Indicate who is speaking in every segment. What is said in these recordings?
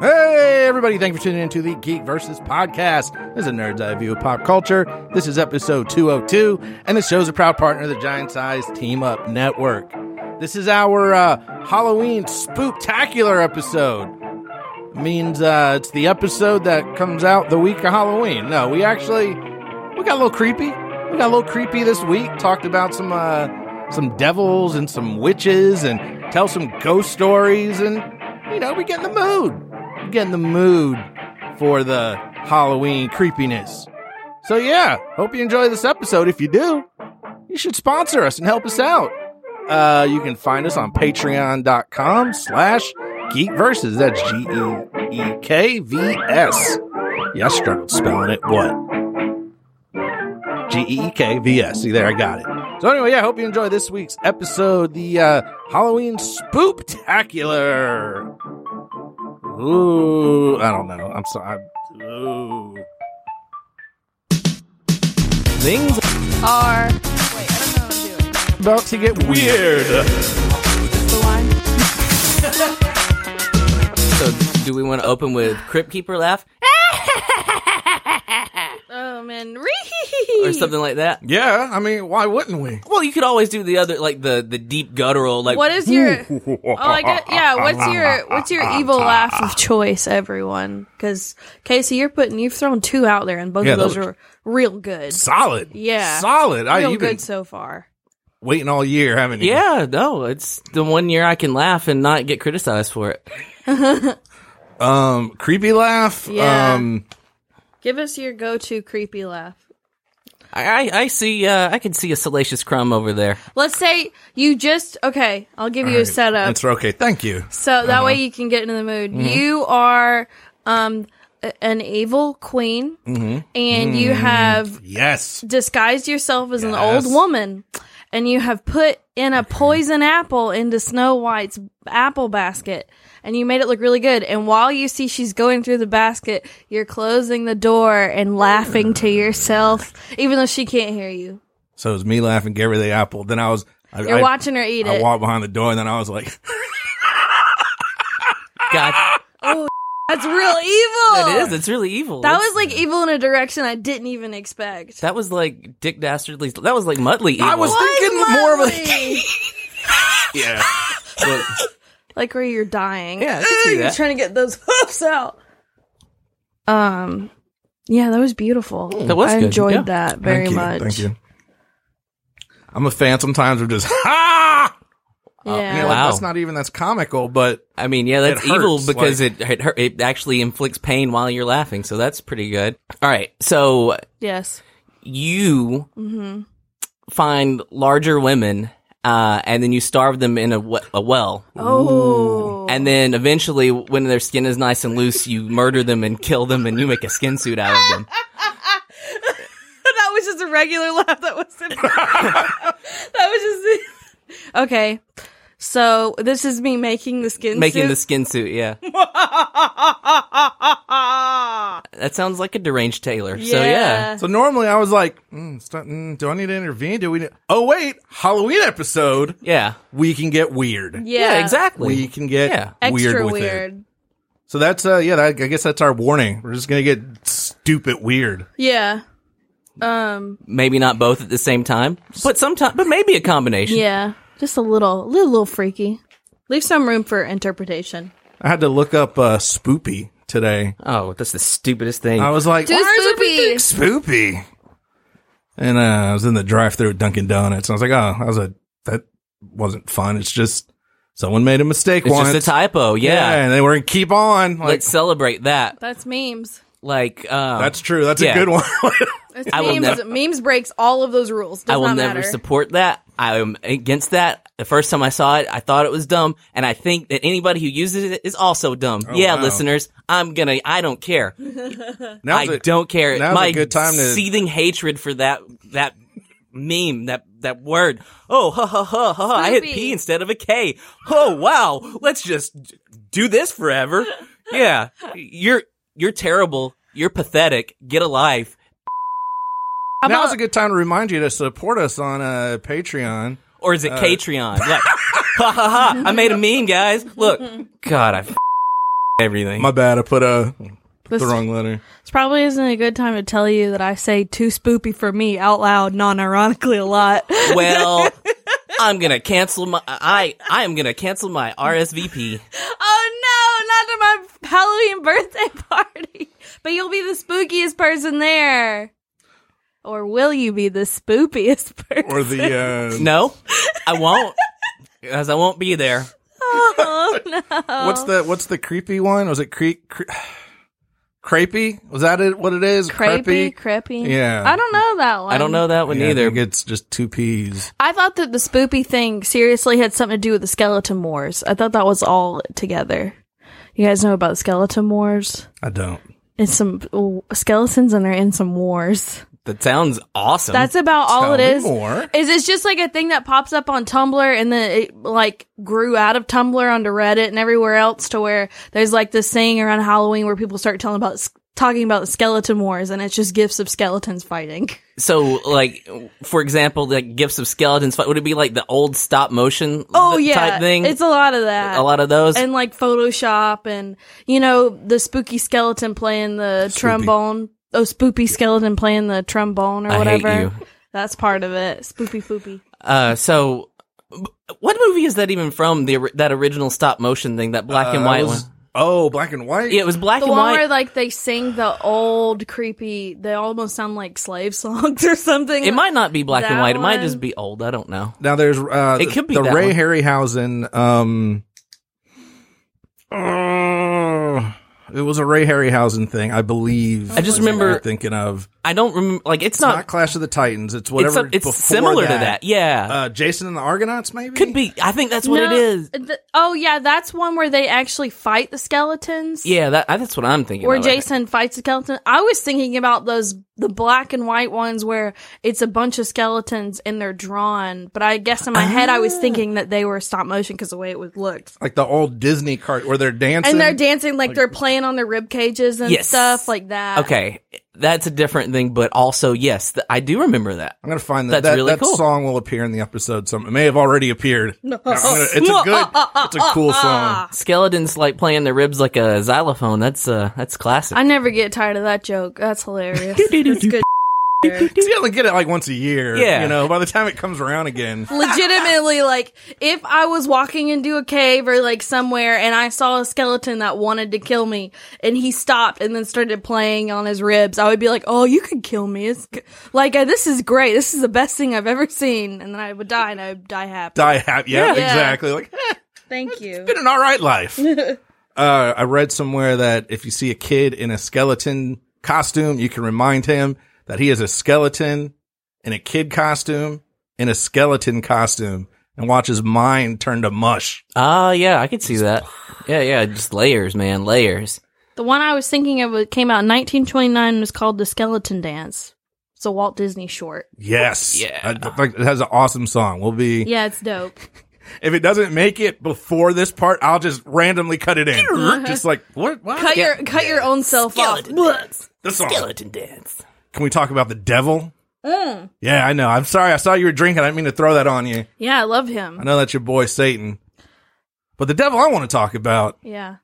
Speaker 1: Hey, everybody, thank you for tuning in to the Geek Versus Podcast. This is a nerd's eye view of pop culture. This is episode 202, and this show's a proud partner of the Giant Size Team Up Network. This is our uh, Halloween spooktacular episode. Means uh, it's the episode that comes out the week of Halloween. No, we actually we got a little creepy. We got a little creepy this week. Talked about some uh, some devils and some witches, and tell some ghost stories, and you know we get in the mood. We get in the mood for the Halloween creepiness. So yeah, hope you enjoy this episode. If you do, you should sponsor us and help us out. Uh, you can find us on patreon.com slash geek versus. That's G E E K V S. Yeah, I struggled spelling it. What? G E E K V S. See, there, I got it. So, anyway, yeah, hope you enjoy this week's episode the uh, Halloween Spooptacular. Ooh, I don't know. I'm sorry. I'm- Ooh. Things
Speaker 2: are. Wait, I don't know what I'm doing.
Speaker 1: about to get weird.
Speaker 2: The line.
Speaker 3: So, do we want to open with Crypt Keeper laugh
Speaker 2: Oh man,
Speaker 3: or something like that?
Speaker 1: Yeah, I mean, why wouldn't we?
Speaker 3: Well, you could always do the other, like the the deep guttural, like
Speaker 2: What is your? Oh, I get, yeah. What's your what's your evil laugh of choice, everyone? Because Casey, you're putting you've thrown two out there, and both
Speaker 1: Yeah,
Speaker 2: of those
Speaker 1: those-
Speaker 2: are real good,
Speaker 1: Solid.
Speaker 2: Yeah.
Speaker 1: Solid. I,
Speaker 2: real
Speaker 1: you've been
Speaker 2: good so far.
Speaker 1: waiting all year, haven't you?
Speaker 3: Yeah, no, it's the one year I can laugh and not get criticized for it.
Speaker 1: Um, creepy laugh.
Speaker 2: Yeah.
Speaker 1: Um,
Speaker 2: Give us your go-to creepy laugh.
Speaker 3: I I, I see, uh, I can see a salacious crumb over there.
Speaker 2: Let's say you just okay. I'll give you a setup.
Speaker 1: that's okay. Thank you.
Speaker 2: So that way you can get into the mood. You are um a- an evil queen and you have
Speaker 1: Yes.
Speaker 2: disguised yourself as an
Speaker 1: Yes.
Speaker 2: old woman and you have put in a poison apple into Snow White's apple basket and you made it look really good and while you see she's going through the basket you're closing the door and laughing to yourself even though she can't hear you.
Speaker 1: So it was me laughing, Gary the apple. Then I was. I,
Speaker 2: You're
Speaker 1: I,
Speaker 2: watching her eat
Speaker 1: I
Speaker 2: it.
Speaker 1: walked behind the door, and then I was like,
Speaker 3: God,
Speaker 2: That's real evil.
Speaker 3: it is. It's really evil.
Speaker 2: That
Speaker 3: It's-
Speaker 2: was like evil in a direction I didn't even expect.
Speaker 3: that was like Dick Dastardly. That was like Muttley. Evil.
Speaker 1: I was thinking more of a. Yeah.
Speaker 3: But-
Speaker 2: like where you're dying.
Speaker 3: Yeah, I can see
Speaker 2: You're
Speaker 3: that.
Speaker 2: trying to get those hoofs out. Um, yeah, that was beautiful.
Speaker 3: That was
Speaker 2: I
Speaker 3: good,
Speaker 2: enjoyed
Speaker 3: yeah.
Speaker 2: that very
Speaker 1: Thank you.
Speaker 2: much.
Speaker 1: Thank you. I'm a fan sometimes of just, ha!
Speaker 3: Uh,
Speaker 1: And
Speaker 2: Yeah.
Speaker 1: you're like,
Speaker 3: Wow.
Speaker 1: that's not even, that's comical, but
Speaker 3: I mean, yeah, that's
Speaker 1: It hurts,
Speaker 3: evil because
Speaker 1: like-
Speaker 3: it it, hurt, it actually inflicts pain while you're laughing. So that's pretty good. All right, so
Speaker 2: yes.
Speaker 3: you find larger women uh, and then you starve them in a, we- a well.
Speaker 2: Oh.
Speaker 3: And then eventually, when their skin is nice and loose, you murder them and kill them and you make a skin suit out of them.
Speaker 2: that was just a regular laugh. That wasn't. that was just. okay. So this is me making the skin
Speaker 3: Making the
Speaker 2: suit.
Speaker 3: skin suit, yeah. That sounds like a deranged Taylor. So, yeah.
Speaker 1: So normally I was like, mm, it's not- mm, do I need to intervene? Do we? Need- oh wait, Halloween episode.
Speaker 3: Yeah.
Speaker 1: We can get weird.
Speaker 2: Yeah.
Speaker 3: exactly.
Speaker 1: We can get
Speaker 3: Yeah.
Speaker 2: Extra
Speaker 1: weird with it. So that's uh yeah. That, I guess that's our warning. We're just gonna get stupid weird.
Speaker 2: Yeah. Um.
Speaker 3: Maybe not both at the same time, but sometime, but maybe a combination.
Speaker 2: Yeah, just a little, little, little freaky. Leave some room for interpretation.
Speaker 1: I had to look up uh spoopy today.
Speaker 3: Oh, that's the stupidest thing.
Speaker 1: I was like,
Speaker 2: Do
Speaker 1: why
Speaker 2: spoopy."
Speaker 1: is everything spoopy? And uh, I was in the drive-through at Dunkin' Donuts. And I was like, oh, I was like, that wasn't fun. It's just someone made a mistake
Speaker 3: it's
Speaker 1: once.
Speaker 3: just a typo. Yeah.
Speaker 1: and they were gonna keep on. Like
Speaker 3: Let's celebrate that.
Speaker 2: That's memes.
Speaker 3: Like, um,
Speaker 1: that's true. That's
Speaker 3: yeah.
Speaker 1: a good one.
Speaker 2: It's
Speaker 3: I will
Speaker 2: memes.
Speaker 3: never-
Speaker 2: memes breaks all of those rules. Does
Speaker 3: I will
Speaker 2: not
Speaker 3: never
Speaker 2: matter.
Speaker 3: support that. I am against that. The first time I saw it, I thought it was dumb, and I think that anybody who uses it is also dumb. yeah,
Speaker 1: Oh, wow.
Speaker 3: listeners, I'm gonna. I don't care. I
Speaker 1: Now's a-
Speaker 3: don't care.
Speaker 1: now's a
Speaker 3: My
Speaker 1: good time to-
Speaker 3: seething hatred for that that meme that that word. Oh ha ha ha ha! ha. I hit
Speaker 2: Spoopy.
Speaker 3: P instead of a K. Oh wow! Let's just d- do this forever. Yeah, you're you're terrible. You're pathetic. Get a life.
Speaker 2: How
Speaker 1: Now's
Speaker 2: about-
Speaker 1: a good time to remind you to support us on uh, Patreon.
Speaker 3: Or is it Patreon? Like, Ha ha ha! I made a meme, guys. Look, God, I f- everything.
Speaker 1: My bad. I put a
Speaker 2: This,
Speaker 1: the wrong letter.
Speaker 2: this probably isn't a good time to tell you that I say too spoopy for me out loud, non ironically, a lot.
Speaker 3: well, I'm gonna cancel my. I I am gonna cancel my RSVP.
Speaker 2: Oh no, not at my Halloween birthday party. But you'll be the spookiest person there. Or will you be the spookiest person?
Speaker 1: Or the uh,
Speaker 3: No, I won't, because I won't be there.
Speaker 2: oh no.
Speaker 1: what's the what's the creepy one? Was it creep? Cre- Crepey? Was that it? What it is?
Speaker 2: Crepey,
Speaker 1: Crepey?
Speaker 2: creepy.
Speaker 1: Yeah.
Speaker 2: I don't know that one.
Speaker 3: I don't know that one
Speaker 1: Yeah, I
Speaker 3: either.
Speaker 1: think it's just two P's.
Speaker 2: I thought that the spoopy thing seriously had something to do with the skeleton wars. I thought that was all together. You guys know about the skeleton wars?
Speaker 1: I don't.
Speaker 2: It's some oh, skeletons and they're in some wars.
Speaker 3: That sounds awesome.
Speaker 2: That's about all
Speaker 1: Tell
Speaker 2: it
Speaker 1: me
Speaker 2: is.
Speaker 1: More.
Speaker 2: Is it's just like a thing that pops up on Tumblr and then it like grew out of Tumblr onto Reddit and everywhere else to where there's like this thing around Halloween where people start telling about talking about the skeleton wars and it's just gifs of skeletons fighting.
Speaker 3: so, like, for example, like gifts of skeletons. Would it be like the old stop motion?
Speaker 2: Oh
Speaker 3: th-
Speaker 2: yeah,
Speaker 3: type thing.
Speaker 2: it's a lot of that.
Speaker 3: a lot of those.
Speaker 2: and like Photoshop and you know the spooky skeleton playing the trombone. Oh, spoopy skeleton playing the trombone or
Speaker 3: I hate
Speaker 2: whatever.
Speaker 3: you.
Speaker 2: That's part of it. Spoopy poopy.
Speaker 3: Uh, so, b- what movie is that even from? The ori- that original stop motion thing, that black and
Speaker 1: Uh,
Speaker 3: white
Speaker 1: it was-
Speaker 3: one.
Speaker 1: Oh, black and white.
Speaker 3: Yeah, it was black
Speaker 2: The
Speaker 3: and
Speaker 2: one
Speaker 3: white.
Speaker 2: where like they sing the old creepy, they almost sound like slave songs or something.
Speaker 3: it might not be black and
Speaker 2: That
Speaker 3: white. It might
Speaker 2: one?
Speaker 3: just be old. I don't know.
Speaker 1: Now there's uh,
Speaker 3: It could be
Speaker 1: the
Speaker 3: that
Speaker 1: Ray
Speaker 3: one.
Speaker 1: Harryhausen. Um, uh, it was a Ray Harryhausen thing, I believe.
Speaker 3: I just
Speaker 1: is what
Speaker 3: remember-
Speaker 1: you're thinking of
Speaker 3: I don't remember. Like it's,
Speaker 1: it's
Speaker 3: not.
Speaker 1: not Clash of the Titans. It's
Speaker 3: it's
Speaker 1: whatever.
Speaker 3: it's
Speaker 1: before
Speaker 3: similar to that. Yeah,
Speaker 1: Uh, Jason and the Argonauts, maybe
Speaker 3: could be. I think that's what
Speaker 2: No,
Speaker 3: it is.
Speaker 2: th- oh yeah, that's one where they actually fight the skeletons.
Speaker 3: Yeah, that, I- that's what I'm thinking.
Speaker 2: Where
Speaker 3: of.
Speaker 2: Jason fights the skeleton. I was thinking about those the black and white ones where it's a bunch of skeletons and they're drawn. But I guess in my head I
Speaker 3: Ah.
Speaker 2: was thinking that they were stop motion because the way it was looked.
Speaker 1: like the old Disney cart where they're dancing.
Speaker 2: And they're dancing like, they're playing on their rib cages and
Speaker 3: Yes.
Speaker 2: stuff like that.
Speaker 3: Okay, that's a different thing, but also yes, th- I do remember that.
Speaker 1: I'm gonna find that
Speaker 3: That's
Speaker 1: that,
Speaker 3: really
Speaker 1: that
Speaker 3: cool.
Speaker 1: song will appear in the episode. Some it may have already appeared. I'm gonna- it's a good. It's a cool song.
Speaker 3: Skeletons like playing their ribs like a xylophone. That's uh, that's classic.
Speaker 2: I never get tired of that joke. That's hilarious. That's good.
Speaker 1: You only get it like once a year.
Speaker 3: Yeah.
Speaker 1: you know. By the time it comes around again,
Speaker 2: Legitimately, like if I was walking into a cave or like somewhere and I saw a skeleton that wanted to kill me and he stopped and then started playing on his ribs, I would be like, "Oh, you can kill me! It's g- like uh, this is great. This is the best thing I've ever seen." And then I would die and I would die happy.
Speaker 1: die happy. Yeah,
Speaker 2: Yeah.
Speaker 1: exactly. Like
Speaker 2: Thank you.
Speaker 1: been an all right life. uh, I read somewhere that if you see a kid in a skeleton costume, you can remind him that he is a skeleton in a kid costume in a skeleton costume and watch his mind turn to mush.
Speaker 3: Ah, yeah, I could see that. Yeah, yeah, just layers, man, layers.
Speaker 2: The one I was thinking of it came out in 1929 and was called The Skeleton Dance. It's a Walt Disney short.
Speaker 1: Yes.
Speaker 3: Yeah.
Speaker 1: I- like, it has an awesome song. We'll be,
Speaker 2: Yeah, it's dope.
Speaker 1: if it doesn't make it before this part, I'll just randomly cut it in. just like, what? What?
Speaker 2: Cut your cut your own self
Speaker 3: Skeleton
Speaker 2: off.
Speaker 3: dance.
Speaker 1: This song.
Speaker 3: Skeleton dance.
Speaker 1: Can we talk about the devil? Yeah, I know. I'm sorry. I saw you were drinking. I didn't mean to throw that on you.
Speaker 2: Yeah, I love
Speaker 1: I
Speaker 2: him.
Speaker 1: know that's your boy Satan. But the devil I want to talk about
Speaker 2: Yeah.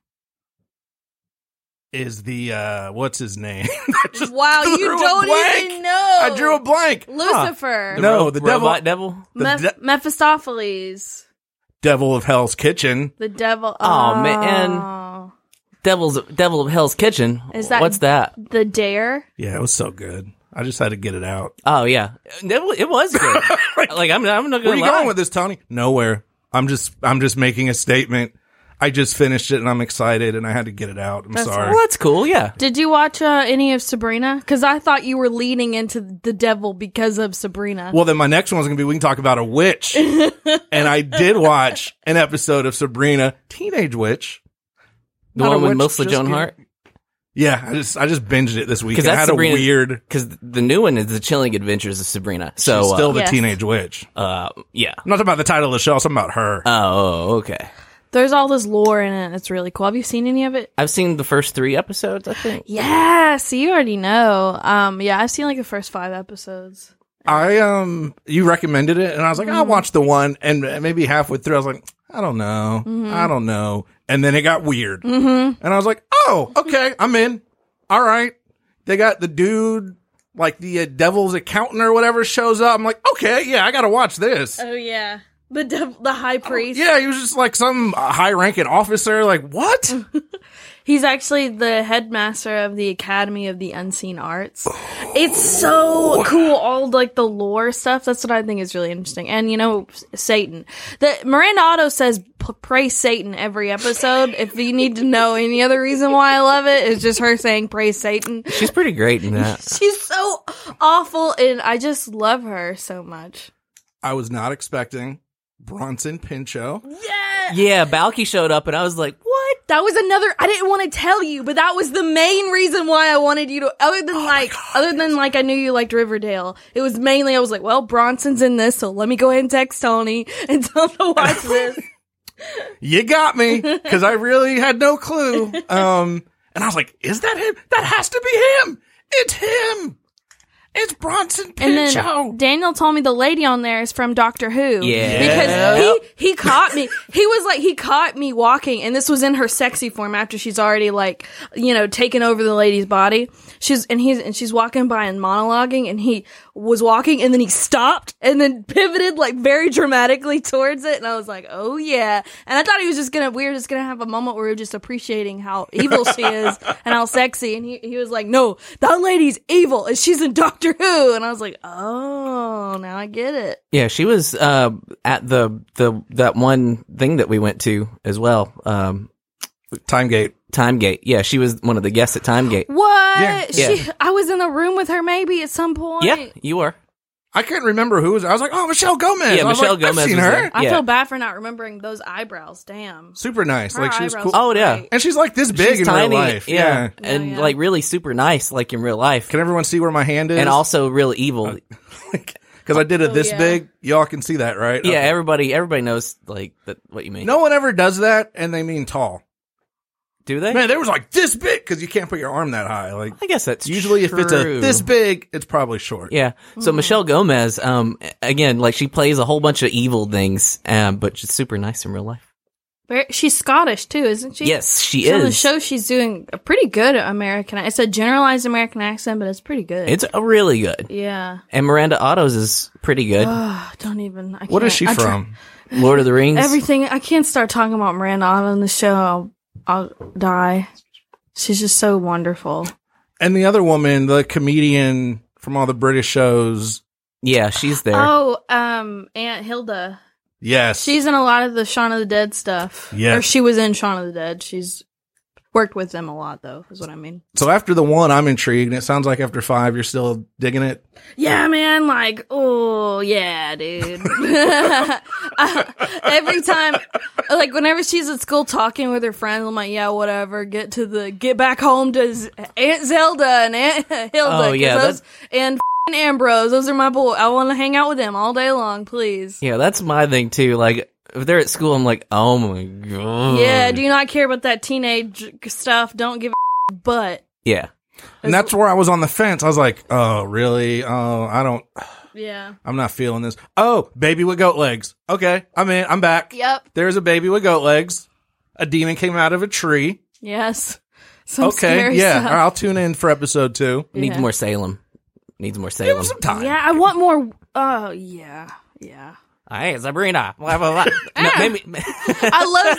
Speaker 1: is the uh what's his name?
Speaker 2: Wow, you
Speaker 1: drew a
Speaker 2: don't
Speaker 1: blank.
Speaker 2: even know.
Speaker 1: I drew a blank.
Speaker 2: Oh, Lucifer,
Speaker 1: Huh. No, the devil-
Speaker 3: robot devil.
Speaker 1: the
Speaker 2: Meph-
Speaker 1: de-
Speaker 2: Mephistopheles,
Speaker 1: Devil of Hell's Kitchen.
Speaker 2: the devil.
Speaker 3: Aw, man. Devil's Devil of Hell's Kitchen.
Speaker 2: Is that-
Speaker 3: what's that?
Speaker 2: the dare.
Speaker 1: Yeah, it was so good. I just had to get it out.
Speaker 3: Oh yeah, it wa- it was good. like I'm, I'm not gonna.
Speaker 1: Where are you
Speaker 3: lie.
Speaker 1: going with this, Tony? Nowhere. I'm just I'm just making a statement. I just finished it and I'm excited and I had to get it out. I'm sorry.
Speaker 3: Well, that's cool. Yeah.
Speaker 2: Did you watch uh, any of Sabrina? Because I thought you were leaning into the devil because of Sabrina.
Speaker 1: Well, then my next one's gonna be we can talk about a witch. and I did watch an episode of Sabrina, Teenage Witch.
Speaker 3: The
Speaker 1: Not a
Speaker 3: one with
Speaker 1: witch,
Speaker 3: mostly
Speaker 1: just
Speaker 3: Joan
Speaker 1: get-
Speaker 3: Hart.
Speaker 1: Yeah, I just I just binged it this weekend. I
Speaker 3: that's
Speaker 1: had
Speaker 3: Sabrina-
Speaker 1: a weird
Speaker 3: Because the new one is The Chilling Adventures of Sabrina. So
Speaker 1: She's
Speaker 3: uh,
Speaker 1: still the
Speaker 2: Yes.
Speaker 1: teenage witch. I'm
Speaker 3: uh, yeah.
Speaker 1: not talking about the title of the show. I'm talking about her.
Speaker 3: Oh, okay.
Speaker 2: There's all this lore in it. It's really cool. Have you seen any of it?
Speaker 3: I've seen the first three episodes. I think.
Speaker 2: Yeah. See, you already know. Um. Yeah, I've seen like the first five episodes.
Speaker 1: I um, you recommended it, and I was like, I'll watch the one, and maybe halfway through, I was like, I I don't know. I don't know. And then it got weird. And I was like, oh, okay, I'm in. All right. They got the dude, like the uh, devil's accountant or whatever shows up. I'm like, okay, yeah, I got to watch this.
Speaker 2: Oh yeah, the dev- the
Speaker 1: Oh,
Speaker 2: high priest.
Speaker 1: Yeah, he was just like some high ranking officer. Like, what?
Speaker 2: He's actually the headmaster of the Academy of the Unseen Arts. It's so cool, all like the lore stuff. That's what I think is really interesting. And you know, Satan. The Miranda Otto says "P- praise Satan every episode. If you need to know any other reason why I love it, it's just her saying praise Satan.
Speaker 3: She's pretty great in that.
Speaker 2: She's so awful, and I just love her so much.
Speaker 1: I was not expecting Bronson Pinchot.
Speaker 3: yeah, Balky showed up, and I was like, "What?
Speaker 2: That was another. I didn't want to tell you, but that was the main reason why I wanted you to. Other than like, other than like, I knew you liked Riverdale. It was mainly I was like, well, Bronson's in this, so let me go ahead and text Tony and tell him to watch this.
Speaker 1: you got me because I really had no clue. Um, and I was like, is that him? That has to be him. It's him. It's Bronson
Speaker 2: And then
Speaker 1: Pinchot.
Speaker 2: Daniel told me the lady on there is from Doctor Who.
Speaker 3: Yeah.
Speaker 2: Because he, he caught me. He was like, he caught me walking, and this was in her sexy form after she's already like, you know, taken over the lady's body. She's, and he's, and she's walking by and monologuing, and he was walking, and then he stopped, and then pivoted like very dramatically towards it, and I was like, oh yeah. And I thought he was just gonna, we were just gonna have a moment where we were just appreciating how evil she is and how sexy, and he, he was like, no, that lady's evil, and she's in Doctor Who, and I was like, oh, now I get it.
Speaker 3: Yeah, she was uh, at the the that one thing that we went to as well. Um,
Speaker 1: Timegate.
Speaker 3: Timegate. Yeah, she was one of the guests at Timegate.
Speaker 2: What?
Speaker 1: Yeah.
Speaker 2: She, I was in a room with her maybe at some point.
Speaker 3: Yeah, you were.
Speaker 1: I couldn't remember who was. I was like, oh, Michelle Gomez.
Speaker 3: Yeah,
Speaker 1: I was
Speaker 3: Michelle
Speaker 1: like, I've
Speaker 3: Gomez
Speaker 1: seen
Speaker 3: was
Speaker 1: her.
Speaker 3: there.
Speaker 2: I
Speaker 3: Yeah.
Speaker 2: feel bad for not remembering those eyebrows. Damn.
Speaker 1: Super nice.
Speaker 2: Her
Speaker 1: like she was cool.
Speaker 2: eyebrows
Speaker 3: Oh,
Speaker 2: were
Speaker 3: yeah.
Speaker 2: great.
Speaker 1: And she's like this big
Speaker 3: She's
Speaker 1: in
Speaker 3: tiny.
Speaker 1: real life.
Speaker 3: Yeah, and
Speaker 2: Oh, yeah.
Speaker 3: like really super nice, like in real life,
Speaker 1: Can everyone see where my hand is?
Speaker 3: and also real evil.
Speaker 1: because I did it this
Speaker 2: Oh, yeah.
Speaker 1: big. Y'all can see that, right?
Speaker 3: Yeah,
Speaker 1: Okay.
Speaker 3: everybody everybody knows like that, what you mean.
Speaker 1: No one ever does that, and they mean tall.
Speaker 3: do they?
Speaker 1: Man, there was like this big because you can't put your arm that high. Like
Speaker 3: I guess that's
Speaker 1: usually, if it's a
Speaker 3: true.
Speaker 1: this big, it's probably short.
Speaker 3: Yeah. So
Speaker 2: Mm-hmm.
Speaker 3: Michelle Gomez, um, again, like she plays a whole bunch of evil things, um, but she's super nice in real life.
Speaker 2: Very- She's Scottish too, isn't she?
Speaker 3: Yes, she
Speaker 2: So the
Speaker 3: is.
Speaker 2: show she's doing a pretty good American. It's a generalized American accent, but it's pretty good.
Speaker 3: It's uh, really good.
Speaker 2: yeah.
Speaker 3: And Miranda Otto's is pretty good.
Speaker 2: Oh, don't even. I
Speaker 1: What is
Speaker 2: can't-
Speaker 1: she
Speaker 2: I tr-
Speaker 1: from?
Speaker 3: Lord of the Rings.
Speaker 2: everything. I can't start talking about Miranda Otto on the show. I'll, I'll die. She's just so wonderful.
Speaker 1: and the other woman, the comedian from all the British shows.
Speaker 3: yeah, she's there.
Speaker 2: Oh, um, Aunt Hilda.
Speaker 1: Yes,
Speaker 2: She's in a lot of the Shaun of the Dead stuff.
Speaker 1: Yes.
Speaker 2: Or she was in Shaun of the Dead. She's worked with them a lot, though, is what I mean.
Speaker 1: so after the one, I'm intrigued, and it sounds like after five, you're still digging it.
Speaker 2: Yeah, man. Like, oh, yeah, dude. Uh, Every time, like, whenever she's at school talking with her friends, I'm like, yeah, whatever. Get to the, get back home to Z- Aunt Zelda and Aunt Hilda.
Speaker 3: Oh,
Speaker 2: 'cause
Speaker 3: yeah,
Speaker 2: Those, and f***ing Ambrose. Those are my boy. I want to hang out with them all day long, please.
Speaker 3: Yeah, that's my thing too. Like if they're at school, I'm like, oh my god.
Speaker 2: Yeah, do you not care about that teenage stuff? Don't give a but.
Speaker 3: Yeah.
Speaker 1: And that's where I was on the fence. I was like, "Oh, really? Oh, I don't.
Speaker 2: Yeah.
Speaker 1: I'm not feeling this. Oh, baby with goat legs. Okay, I'm in. I'm back.
Speaker 2: Yep.
Speaker 1: There's a baby with goat legs. A demon came out of a tree.
Speaker 2: Yes. Some
Speaker 1: okay,
Speaker 2: scary
Speaker 1: yeah.
Speaker 2: stuff.
Speaker 1: I'll tune in for episode two.
Speaker 3: Needs
Speaker 2: Yeah.
Speaker 3: more Salem. Needs more
Speaker 1: Give
Speaker 3: Salem.
Speaker 1: him some time.
Speaker 2: Yeah, I want more. Oh, yeah. Yeah.
Speaker 3: Hey, Sabrina. Blah blah blah. no, maybe
Speaker 2: I love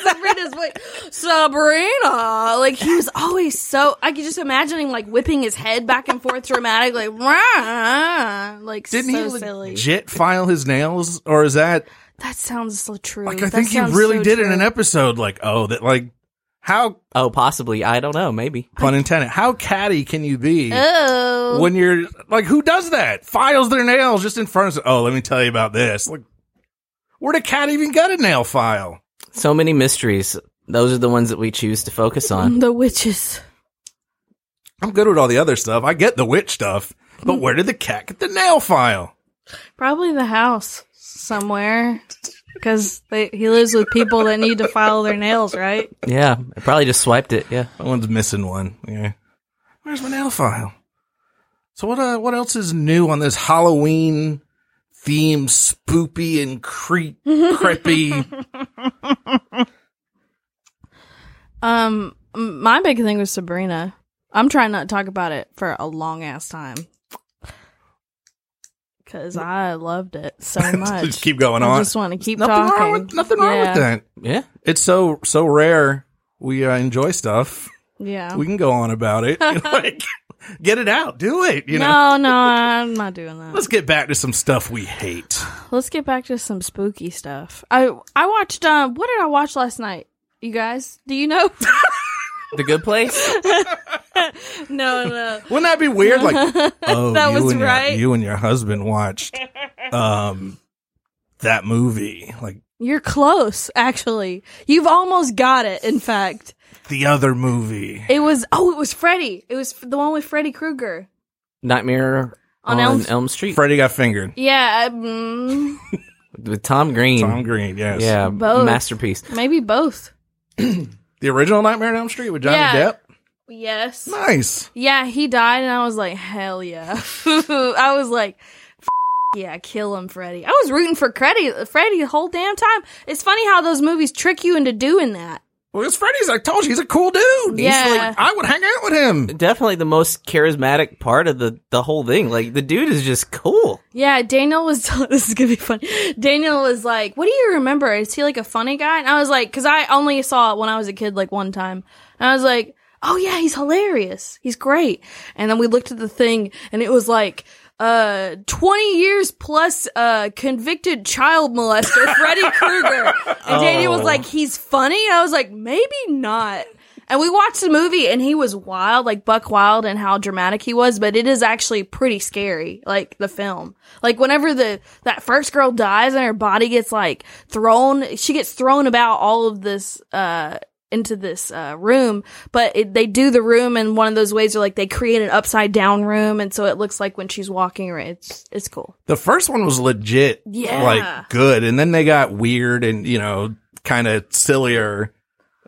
Speaker 2: Sabrina's voice. Sabrina! Like, he was always so. I could just imagine him, like, whipping his head back and forth dramatically. Like, like
Speaker 1: Didn't
Speaker 2: so
Speaker 1: he
Speaker 2: silly.
Speaker 1: legit file his nails, or is that
Speaker 2: that sounds so true.
Speaker 1: like I
Speaker 2: Mm, That
Speaker 1: think he
Speaker 2: sounds
Speaker 1: really
Speaker 2: so
Speaker 1: did
Speaker 2: true.
Speaker 1: in an episode? Like, oh, that like how
Speaker 3: Oh, possibly. I don't know, maybe.
Speaker 1: pun intended. How catty can you be
Speaker 2: Oh.
Speaker 1: when you're like, who does that? Files their nails just in front of. Oh, let me tell you about this. Like, where did cat even get a nail file?
Speaker 3: So many mysteries. Those are the ones that we choose to focus on.
Speaker 2: the witches.
Speaker 1: I'm good with all the other stuff. I get the witch stuff,
Speaker 2: Mm.
Speaker 1: but where did the cat get the nail file?
Speaker 2: Probably the house somewhere. Because he lives with people that need to file their nails, right?
Speaker 3: Yeah. I probably just swiped it. Yeah.
Speaker 1: That one's missing one. Yeah, where's my nail file? So what? Uh, what else is new on this Halloween theme spoopy and creep creepy.
Speaker 2: Um, m- my big thing was Sabrina. I'm trying not to talk about it for a long ass time because I loved it so
Speaker 1: just
Speaker 2: much.
Speaker 1: keep going
Speaker 2: I
Speaker 1: on.
Speaker 2: just want to keep
Speaker 1: nothing
Speaker 2: talking.
Speaker 1: wrong with nothing wrong
Speaker 2: yeah.
Speaker 1: with that.
Speaker 3: Yeah.
Speaker 1: It's so so rare. We uh, enjoy stuff.
Speaker 2: Yeah.
Speaker 1: We can go on about it. like, get it out. Do it. You know.
Speaker 2: No, no, I'm not doing that.
Speaker 1: Let's get back to some stuff we hate.
Speaker 2: Let's get back to some spooky stuff. I I watched. Um, what did I watch last night? You guys, do you know?
Speaker 3: The good place?
Speaker 2: no, no.
Speaker 1: Wouldn't that be weird? Like, oh,
Speaker 2: That
Speaker 1: you
Speaker 2: was
Speaker 1: and your-
Speaker 2: right.
Speaker 1: you and your husband watched um that movie, like
Speaker 2: You're close, actually. You've almost got it. In fact,
Speaker 1: the other movie.
Speaker 2: it was. Oh, it was Freddy. It was the one with Freddy Krueger.
Speaker 3: Nightmare
Speaker 2: On
Speaker 3: on,
Speaker 2: Elm-
Speaker 3: Oh, Elm, Street
Speaker 1: Freddy got fingered.
Speaker 2: Yeah, mm,
Speaker 3: with Tom Green.
Speaker 1: Tom Green, yes.
Speaker 3: Yeah,
Speaker 2: Both.
Speaker 3: masterpiece.
Speaker 2: maybe both.
Speaker 1: The original Nightmare on Elm Street with Johnny
Speaker 2: Yeah.
Speaker 1: Depp.
Speaker 2: Yes.
Speaker 1: Nice.
Speaker 2: Yeah, he died, and I was like, hell yeah. I was like, F- yeah, kill him, Freddy. I was rooting for Freddy, Freddy the whole damn time. It's funny how those movies trick you into doing that.
Speaker 1: Well, it's Freddy's. I told you, he's a cool dude. He's
Speaker 2: Yeah.
Speaker 1: like, I would hang out with him.
Speaker 3: Definitely the most charismatic part of the the whole thing. Like the dude is just cool.
Speaker 2: Yeah, Daniel was. This is gonna be fun. Daniel was like, "What do you remember? Is he like a funny guy?" And I was like, "Cause I only saw it when I was a kid, like one time." And I was like, "Oh yeah, he's hilarious. He's great." And then we looked at the thing, and it was like, "Uh, twenty years plus, uh, convicted child molester, Freddy Krueger." And Daniel was
Speaker 3: Oh.
Speaker 2: like, "He's funny." And I was like, "Maybe not." And we watched the movie, and he was wild, like Buck Wild, and how dramatic he was. But it is actually pretty scary, like the film. Like whenever the that first girl dies and her body gets like thrown, she gets thrown about all of this uh into this uh room. But it, they do the room in one of those ways where like they create an upside down room, and so it looks like when she's walking around, it's it's cool.
Speaker 1: The first one was legit,
Speaker 2: Yeah.
Speaker 1: like good, and then they got weird and you know kind of sillier.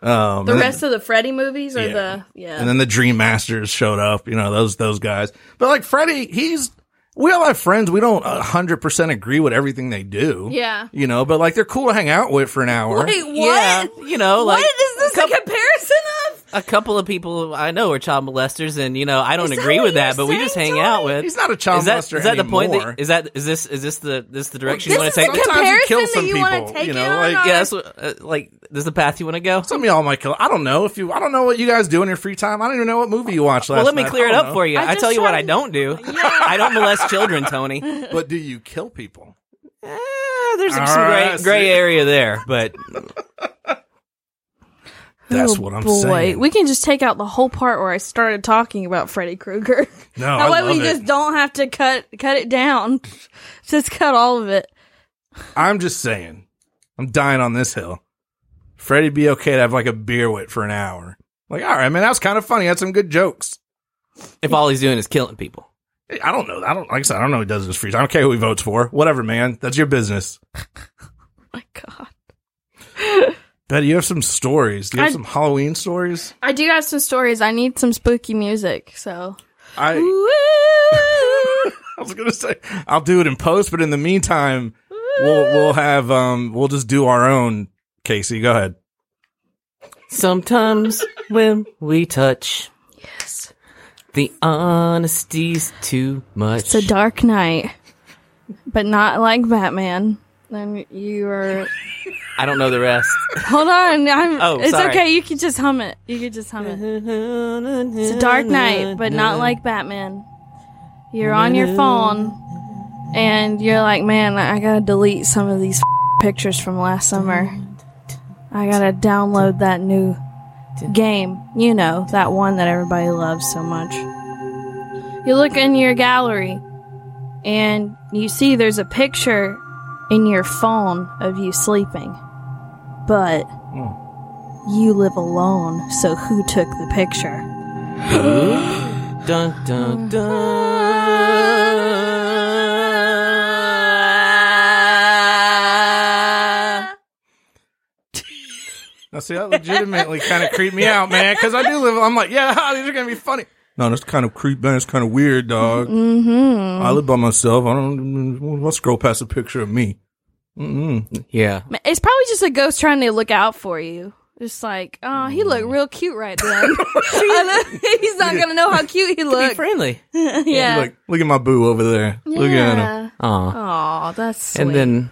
Speaker 1: Um,
Speaker 2: The
Speaker 1: and
Speaker 2: rest of the Freddy movies are
Speaker 1: Yeah.
Speaker 2: the yeah.
Speaker 1: and then the Dream Masters showed up. You know those those guys. But like Freddy, he's we all have friends. We don't hundred percent agree with everything they do.
Speaker 2: Yeah.
Speaker 1: you know, but like they're cool to hang out with for an hour.
Speaker 2: Wait, what?
Speaker 3: Yeah, you know,
Speaker 2: what
Speaker 3: like
Speaker 2: is this a comparison of?
Speaker 3: a couple of people I know are child molesters, and you know I don't
Speaker 2: Is that
Speaker 3: agree
Speaker 2: what
Speaker 3: with that,
Speaker 2: you're
Speaker 3: but we
Speaker 2: saying,
Speaker 3: just hang
Speaker 2: Joey?
Speaker 3: out with.
Speaker 1: He's not a child
Speaker 3: is that,
Speaker 1: molester
Speaker 3: is that the point?
Speaker 1: anymore.
Speaker 3: That, is that is this is this the this the direction
Speaker 2: This
Speaker 3: you want
Speaker 2: is
Speaker 3: to
Speaker 2: a
Speaker 3: take?
Speaker 2: good-
Speaker 1: Sometimes you kill
Speaker 2: comparison
Speaker 1: some
Speaker 2: that you
Speaker 1: people.
Speaker 2: wanna take
Speaker 1: you
Speaker 2: it
Speaker 1: know,
Speaker 2: on
Speaker 1: like
Speaker 2: or-
Speaker 3: yeah, that's what, uh, like this is the path you want to go.
Speaker 1: Some of y'all might kill. I don't know if you. I don't know what you guys do in your free time. I don't even know what movie you watched last.
Speaker 3: Well, let me
Speaker 1: night.
Speaker 3: clear
Speaker 1: I
Speaker 3: it
Speaker 1: don't
Speaker 3: up for you.
Speaker 2: I
Speaker 3: I,
Speaker 2: just
Speaker 3: tell you what
Speaker 2: tried-
Speaker 3: I don't do. I don't molest children, Tony. Eh,
Speaker 1: know. But do you kill people?
Speaker 3: there's
Speaker 1: All
Speaker 3: some
Speaker 1: right, I
Speaker 3: gray,
Speaker 1: see.
Speaker 3: gray area there, but
Speaker 1: That's
Speaker 2: Oh,
Speaker 1: what I'm
Speaker 2: boy.
Speaker 1: saying.
Speaker 2: We can just take out the whole part where I started talking about Freddy Krueger.
Speaker 1: no,
Speaker 2: that
Speaker 1: Oh, I
Speaker 2: way we
Speaker 1: love it.
Speaker 2: just don't have to cut cut it down. just cut all of it.
Speaker 1: I'm just saying. I'm dying on this hill. Freddie be okay to have like a beer with for an hour. Like, all right, man, that was kind of funny. Had some good jokes.
Speaker 3: if all he's doing is killing people,
Speaker 1: Hey, I don't know. I don't like I said. I don't know. Who does this free time. I don't care who he votes for. Whatever, man. That's your business.
Speaker 2: my god.
Speaker 1: Betty, you have some stories. Do you have
Speaker 2: I-
Speaker 1: some Halloween stories?
Speaker 2: I do have some stories. I need some spooky music, so
Speaker 1: I I was gonna say I'll do it in post, but in the meantime, we'll we'll have um we'll just do our own. Casey, go ahead.
Speaker 3: sometimes when we touch,
Speaker 2: Yes.
Speaker 3: the honesty's too much.
Speaker 2: It's a dark night. But not like Batman. Then you are
Speaker 3: I don't know the rest.
Speaker 2: Hold on. I'm,
Speaker 3: Oh,
Speaker 2: it's
Speaker 3: sorry.
Speaker 2: okay. You can just hum it. You can just hum it.
Speaker 3: it's
Speaker 2: It's a dark night, but not like Batman. You're on your phone, and you're like, man, I gotta delete some of these pictures from last summer. I gotta download that new game. You know, that one that everybody loves so much. You look in your gallery, and you see there's a picture in your phone of you sleeping. But you live alone, so who took the picture?
Speaker 3: Dun dun
Speaker 2: Uh,
Speaker 3: dun.
Speaker 1: Now, see, that legitimately kind of creeped me out, man, because I do live. I'm like, yeah, these are gonna be funny. No, that's kind of creep, man. It's kind of weird, dog.
Speaker 2: Mm-hmm.
Speaker 1: I live by myself. I don't. Let's scroll past a picture of me. Mm-mm.
Speaker 3: Yeah.
Speaker 2: It's probably just a ghost trying to look out for you. Just like, oh, he looked real cute right then. I know- He's not gonna know how cute he
Speaker 3: Be
Speaker 2: looked.
Speaker 3: friendly.
Speaker 2: yeah.
Speaker 1: Look, look at my boo over there. Look at him.
Speaker 3: Aw.
Speaker 2: Oh, that's
Speaker 3: And
Speaker 2: sweet.
Speaker 3: then,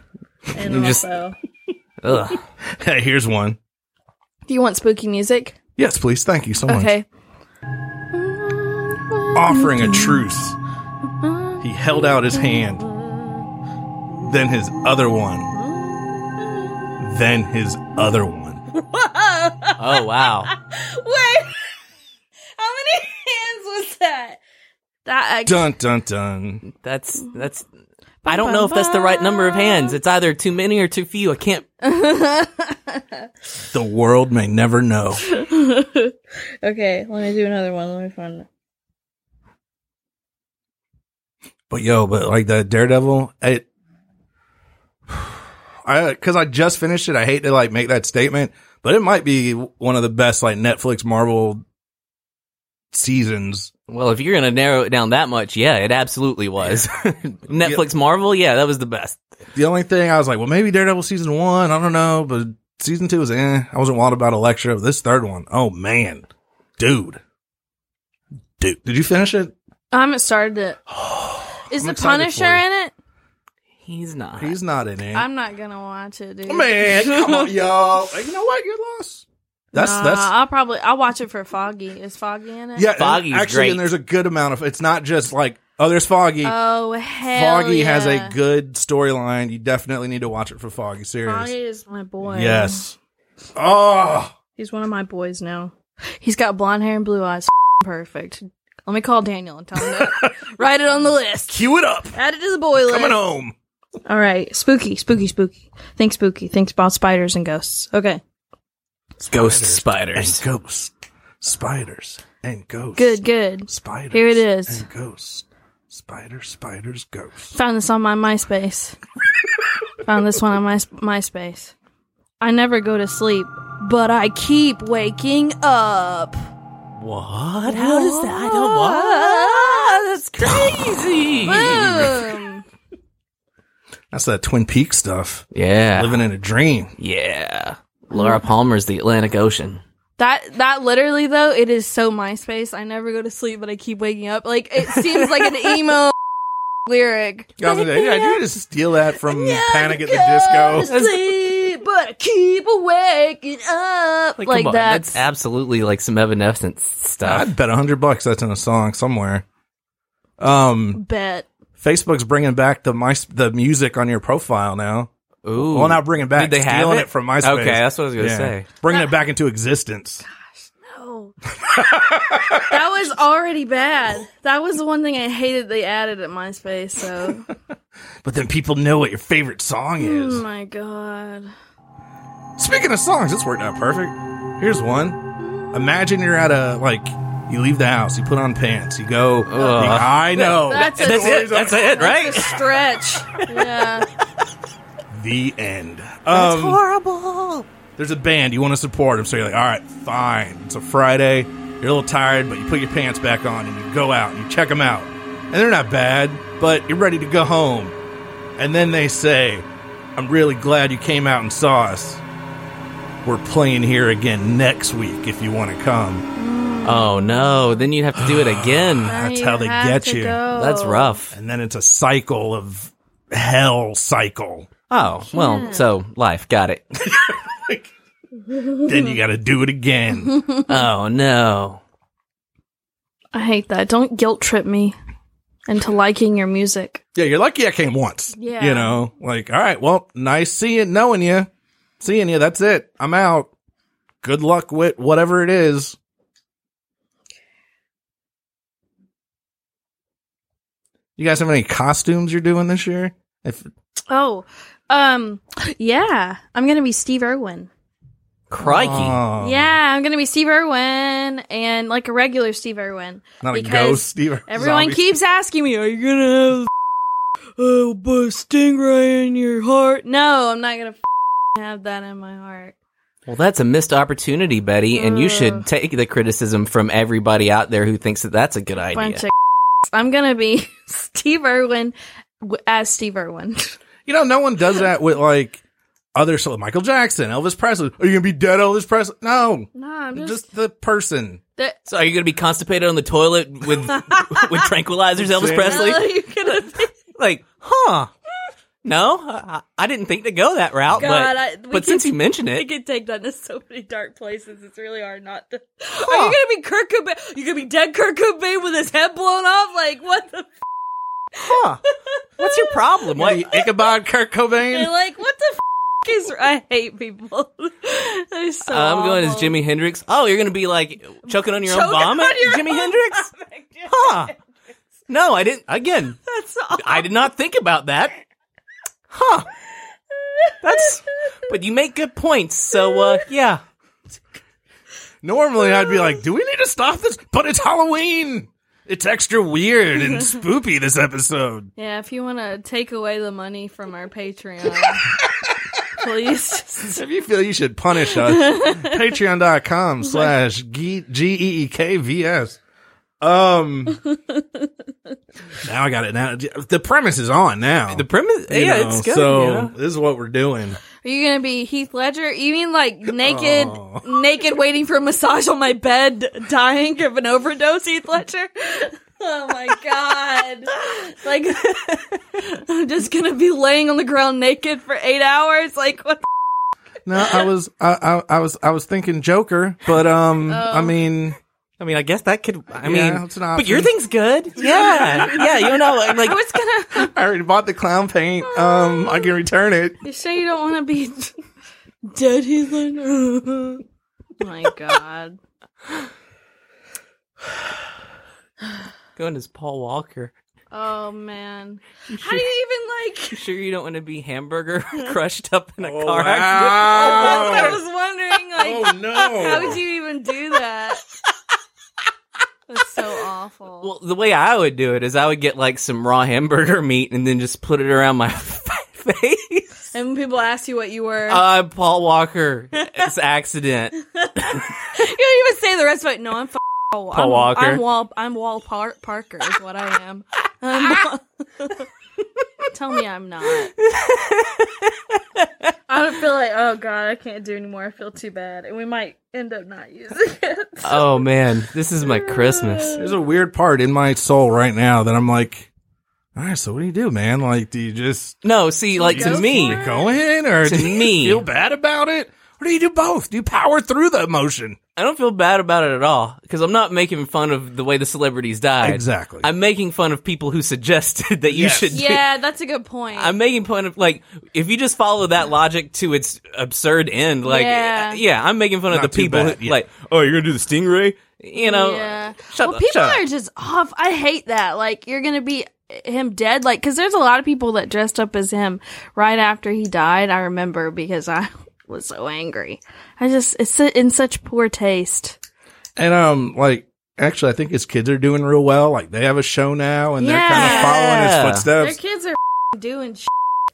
Speaker 2: And
Speaker 3: just-
Speaker 2: also-
Speaker 3: ugh.
Speaker 1: Hey, here's one.
Speaker 2: do you want spooky music?
Speaker 1: Yes, please. Thank you so much.
Speaker 2: Okay.
Speaker 1: Offering a truce, he held out his hand, then his other one, then his other one.
Speaker 3: Oh, wow.
Speaker 2: Wait, how many hands was that? That actually,
Speaker 1: Dun dun dun.
Speaker 3: That's, that's, I don't know if that's the right number of hands. It's either too many or too few. I can't.
Speaker 1: The world may never know.
Speaker 2: okay, let me do another one. Let me find it.
Speaker 1: But yo, but like the Daredevil, it. I because I just finished it. I hate to like make that statement, but it might be one of the best like Netflix Marvel seasons.
Speaker 3: Well, if you're going to narrow it down that much, yeah, it absolutely was. Netflix Marvel, yeah, that was the best.
Speaker 1: The only thing I was like, well, maybe Daredevil season one. I don't know, but season two was eh. I wasn't wild about Elektra. But This third one, oh man, dude, dude, did you finish it?
Speaker 2: I haven't started it. Is
Speaker 1: I'm
Speaker 2: the
Speaker 1: excited for
Speaker 2: Punisher
Speaker 1: you.
Speaker 2: in it?
Speaker 3: He's not.
Speaker 1: He's not in it.
Speaker 2: I'm not gonna watch it, dude.
Speaker 1: Oh, man, come on, y'all. Hey, You know what? You're lost. That's
Speaker 2: Nah,
Speaker 1: that's
Speaker 2: Uh, I'll probably I'll watch it for Foggy. Is Foggy in it?
Speaker 1: Yeah, and
Speaker 3: Foggy's
Speaker 1: actually,
Speaker 3: great.
Speaker 1: and there's a good amount of. It's not just like oh, there's Foggy.
Speaker 2: Oh hell.
Speaker 1: Foggy has a
Speaker 2: yeah.
Speaker 1: good storyline. You definitely need to watch it for Foggy. Serious.
Speaker 2: Foggy is my boy.
Speaker 1: Yes. Oh,
Speaker 2: He's one of my boys now. He's got blonde hair and blue eyes. Perfect. Let me call Daniel and tell him that. Write it on the list.
Speaker 1: cue it up.
Speaker 2: Add it to the boy list.
Speaker 1: Coming home.
Speaker 2: All right. Spooky, spooky, spooky. Think spooky. Think about spiders and ghosts. Okay.
Speaker 3: Ghost spiders.
Speaker 1: ghosts, spiders, and ghosts.
Speaker 2: Good, good.
Speaker 1: Spiders.
Speaker 2: Here it is. and
Speaker 1: ghosts. Spiders, spiders, ghosts.
Speaker 2: Found this on my MySpace. Found this one on my MySpace. I never go to sleep, but I keep waking up.
Speaker 3: What? How does that? I don't
Speaker 2: Ah,
Speaker 3: That's crazy.
Speaker 2: Boom.
Speaker 1: That's that Twin Peaks stuff.
Speaker 3: yeah.
Speaker 1: Living in a dream.
Speaker 3: Yeah. Laura Palmer's The Atlantic Ocean.
Speaker 2: That that literally though, it is so MySpace. I never go to sleep, but I keep waking up. Like it seems like an emo lyric.
Speaker 1: Yeah, I was like, yeah, did you just steal that from
Speaker 2: Yeah,
Speaker 1: Panic at the
Speaker 2: go
Speaker 1: Disco?
Speaker 2: to sleep, but I keep waking up. Like,
Speaker 3: come on,
Speaker 2: that's,
Speaker 3: absolutely like some Evanescence stuff.
Speaker 1: I'd bet a hundred bucks that's in a song somewhere. Um,
Speaker 2: bet.
Speaker 1: Facebook's bringing back the my the music on your profile now.
Speaker 3: Ooh.
Speaker 1: Well, not bringing back.
Speaker 3: Did they have
Speaker 1: stealing
Speaker 3: it?
Speaker 1: it? from MySpace.
Speaker 3: Okay, that's what I was gonna
Speaker 1: Yeah.
Speaker 3: say.
Speaker 1: Bringing it back into existence.
Speaker 2: Oh. that was already bad. That was the one thing I hated they added at MySpace. So,
Speaker 1: But then people know what your favorite song is.
Speaker 2: oh my god.
Speaker 1: Speaking of songs, it's worked out perfect. Here's one. Imagine you're at a like you leave the house, you put on pants, you go. you- I know.
Speaker 2: That's it.
Speaker 3: That's it. That's it, right?
Speaker 2: That's a stretch. Yeah.
Speaker 1: The end. That's horrible. There's a band you want to support them, so you're like, all right, fine. It's a Friday. You're a little tired, but you put your pants back on and you go out and you check them out. And they're not bad, but you're ready to go home. And then they say, I'm really glad you came out and saw us. We're playing here again next week if you want to come.
Speaker 3: Oh no, then you'd have to do it again.
Speaker 1: That's
Speaker 2: You
Speaker 1: how they
Speaker 2: have
Speaker 1: get
Speaker 2: to
Speaker 1: you.
Speaker 2: go.
Speaker 3: That's rough.
Speaker 1: And then it's a cycle of hell cycle.
Speaker 3: Oh, well, so life, got it.
Speaker 1: then you got to do it again.
Speaker 3: Oh no.
Speaker 2: I hate that. Don't guilt trip me into liking your music.
Speaker 1: Yeah, you're lucky I came once.
Speaker 2: Yeah.
Speaker 1: You know, like, all right, well, nice seeing, knowing you, seeing you. That's it. I'm out. Good luck with whatever it is. You guys have any costumes you're doing this year? If
Speaker 2: Oh, um, yeah. I'm gonna be Steve Irwin.
Speaker 3: Crikey.
Speaker 1: Oh,
Speaker 2: Yeah, I'm gonna be Steve Irwin and like a regular Steve Irwin.
Speaker 1: not a
Speaker 2: because
Speaker 1: ghost, Steve.
Speaker 2: Everyone
Speaker 1: Zombie.
Speaker 2: keeps asking me, "Are you gonna have uh, a stingray in your heart?" No, I'm not gonna f- have that in my heart.
Speaker 3: Well, that's a missed opportunity, Betty, and you should take the criticism from everybody out there who thinks that that's a good idea.
Speaker 2: Bunch of I'm gonna be Steve Irwin w- as Steve Irwin.
Speaker 1: You know, no one does that with like other so Michael Jackson, Elvis Presley. Are you gonna be dead, Elvis Presley? No,
Speaker 2: no, I'm
Speaker 1: just,
Speaker 2: just,
Speaker 1: the person.
Speaker 2: the,
Speaker 3: so, are you going to be constipated on the toilet with with tranquilizers, Elvis
Speaker 1: Same.
Speaker 3: Presley?
Speaker 2: Hello, you're gonna be-
Speaker 3: Like, huh? No, I, I didn't think to go that route,
Speaker 2: God,
Speaker 3: but
Speaker 2: I- we
Speaker 3: but
Speaker 2: can-
Speaker 3: since you mentioned
Speaker 2: I
Speaker 3: it,
Speaker 2: could take that to so many dark places. It's really hard not to. Are you gonna be Kirk Cobain? You gonna be dead Kirk Cobain with his head blown off? Like what the? F-
Speaker 3: huh? What's your problem? What?
Speaker 1: The Ichabod Kurt
Speaker 2: You're
Speaker 1: Cobain.
Speaker 2: like what the f- is? I hate people. They're so.
Speaker 3: I'm going as
Speaker 2: awful.
Speaker 3: Jimi Hendrix. Oh, you're going to be like choking on your
Speaker 2: Choking
Speaker 3: own vomit,
Speaker 2: on your
Speaker 3: Jimi
Speaker 2: own
Speaker 3: Hendrix?
Speaker 2: vomit.
Speaker 3: Huh? No, I didn't. Again,
Speaker 2: That's awful.
Speaker 3: I did not think about that. Huh. That's but you make good points. So uh yeah.
Speaker 1: Normally, I'd be like, "Do we need to stop this?" But it's Halloween. It's extra weird and spoopy this episode.
Speaker 2: Yeah, if you want to take away the money from our Patreon, please. Just,
Speaker 1: If you feel you should punish us, patreon.com slash G E E K V S. Um, now I got it. Now the premise is on now.
Speaker 3: The premise
Speaker 1: You
Speaker 3: yeah,
Speaker 1: know,
Speaker 3: it's good.
Speaker 1: So
Speaker 3: you know?
Speaker 1: this is what we're doing.
Speaker 2: are you gonna be Heath Ledger? You mean like naked,
Speaker 1: Oh.
Speaker 2: naked, waiting for a massage on my bed, dying of an overdose, Heath Ledger? Oh my god! like, I'm just gonna be laying on the ground naked for eight hours. Like, what? the-
Speaker 1: No, I was I, I, I was I was thinking Joker, but
Speaker 3: Oh.
Speaker 1: um, I mean,
Speaker 3: I mean I guess that could I mean
Speaker 1: Yeah, it's an
Speaker 3: But your
Speaker 1: option.
Speaker 3: thing's good. Yeah. yeah, you know I'm like
Speaker 2: I was gonna.
Speaker 1: I already bought the clown paint. Um, I can return it.
Speaker 2: You sure you don't want to be dead, Heath Ledger? my god.
Speaker 3: going as Paul Walker.
Speaker 2: Oh man. How do you
Speaker 3: You
Speaker 2: even like
Speaker 3: sure you don't want to be hamburger crushed up in a
Speaker 1: Oh,
Speaker 3: car Oh.
Speaker 1: wow.
Speaker 2: I was wondering like how would
Speaker 1: no!
Speaker 2: you even do that? That's so awful.
Speaker 3: Well, the way I would do it is I would get like some raw hamburger meat and then just put it around my face.
Speaker 2: and when people ask you what you were
Speaker 3: Uh, Paul Walker, it's accident.
Speaker 2: you don't even say the rest of it. No, I'm f- Paul,
Speaker 3: Paul
Speaker 2: I'm,
Speaker 3: Walker.
Speaker 2: I'm Wall I'm Wall Par- Parker is what I am. I'm Wal- Tell me I'm not. I don't feel like oh god, I can't do anymore. I feel too bad. And we might end up not using it.
Speaker 3: Oh man, this is my Christmas.
Speaker 1: There's a weird part in my soul right now that I'm like, all right. So what do you do, man? Like, do you just
Speaker 3: No, see, like
Speaker 2: Go
Speaker 3: to me,
Speaker 2: for it.
Speaker 1: go in, or
Speaker 3: To
Speaker 1: do you
Speaker 3: me.
Speaker 1: feel bad about it? Or do you do both? Do you power through the emotion?
Speaker 3: I don't feel bad about it at all because I'm not making fun of the way the celebrities died.
Speaker 1: Exactly.
Speaker 3: I'm making fun of people who suggested that you
Speaker 1: Yes.
Speaker 3: should. do-
Speaker 2: yeah, that's a good point.
Speaker 3: I'm making fun of like if you just follow that logic to its absurd end, like
Speaker 2: Yeah.
Speaker 3: yeah, I'm making fun
Speaker 1: Not
Speaker 3: of the
Speaker 1: too
Speaker 3: people
Speaker 1: bad,
Speaker 3: who,
Speaker 1: yeah.
Speaker 3: like, oh, you're gonna do the stingray, you know?
Speaker 2: yeah.
Speaker 3: Shut
Speaker 2: well,
Speaker 3: up,
Speaker 2: people
Speaker 3: shut up.
Speaker 2: are just off. I hate that. Like, you're gonna be him dead. Like, because there's a lot of people that dressed up as him right after he died. I remember because I was so angry. I just it's in such poor taste.
Speaker 1: And um, like actually, I think his kids are doing real well. Like they have a show now, and they're kind
Speaker 2: Yeah.
Speaker 1: of following his
Speaker 2: Their
Speaker 1: footsteps.
Speaker 2: kids are doing. Sh-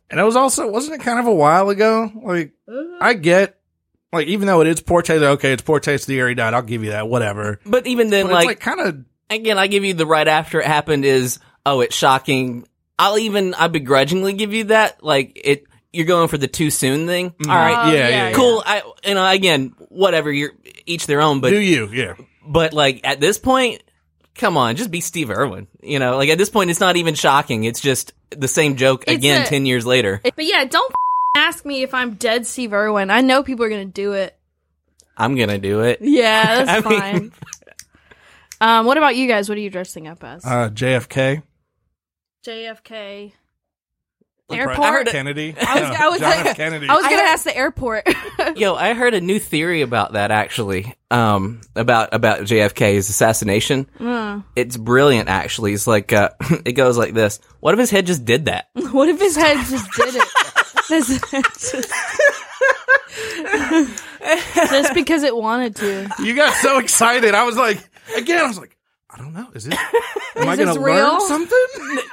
Speaker 1: And it was also wasn't it kind of a while ago? Like
Speaker 2: Uh-huh.
Speaker 1: I get. Like even though it is poor taste, okay, it's poor taste of the year he died. I'll give you that, whatever.
Speaker 3: But even then,
Speaker 1: But it's
Speaker 3: like,
Speaker 1: like kind of
Speaker 3: again, I give you the right after it happened is oh, it's shocking. I'll even I begrudgingly give you that. Like it, you're going for the too soon thing.
Speaker 1: Mm-hmm.
Speaker 3: All right,
Speaker 2: Oh,
Speaker 1: yeah, yeah,
Speaker 2: yeah,
Speaker 1: yeah.
Speaker 3: cool. I you know again, whatever. You're each their own, but
Speaker 1: Do you? Yeah.
Speaker 3: but like at this point, come on, just be Steve Irwin. You know, like at this point, it's not even shocking. It's just the same joke
Speaker 2: It's
Speaker 3: again
Speaker 2: a-
Speaker 3: ten years later.
Speaker 2: but yeah, don't f- ask me if I'm dead, Steve Irwin. I know people are gonna do it.
Speaker 3: I'm gonna do it.
Speaker 2: Yeah, that's
Speaker 3: I mean-
Speaker 2: fine. Um, what about you guys? What are you dressing up as?
Speaker 1: Uh, JFK.
Speaker 2: JFK.
Speaker 1: I
Speaker 2: Airport.
Speaker 1: heard Kennedy.
Speaker 2: I was- I was
Speaker 1: John F.
Speaker 2: like-
Speaker 1: Kennedy.
Speaker 2: I was gonna ask the airport.
Speaker 3: Yo, I heard a new theory about that actually. Um, about about JFK's assassination.
Speaker 2: Uh,
Speaker 3: It's brilliant, actually. It's like uh, it goes like this: What if his head just did that?
Speaker 2: what if his head just did it? His head just, Just because it wanted to.
Speaker 1: You got so excited. I was like, again, I was like, I don't know. Is it? Am I
Speaker 2: Is this
Speaker 1: going to learn
Speaker 2: real?
Speaker 1: something?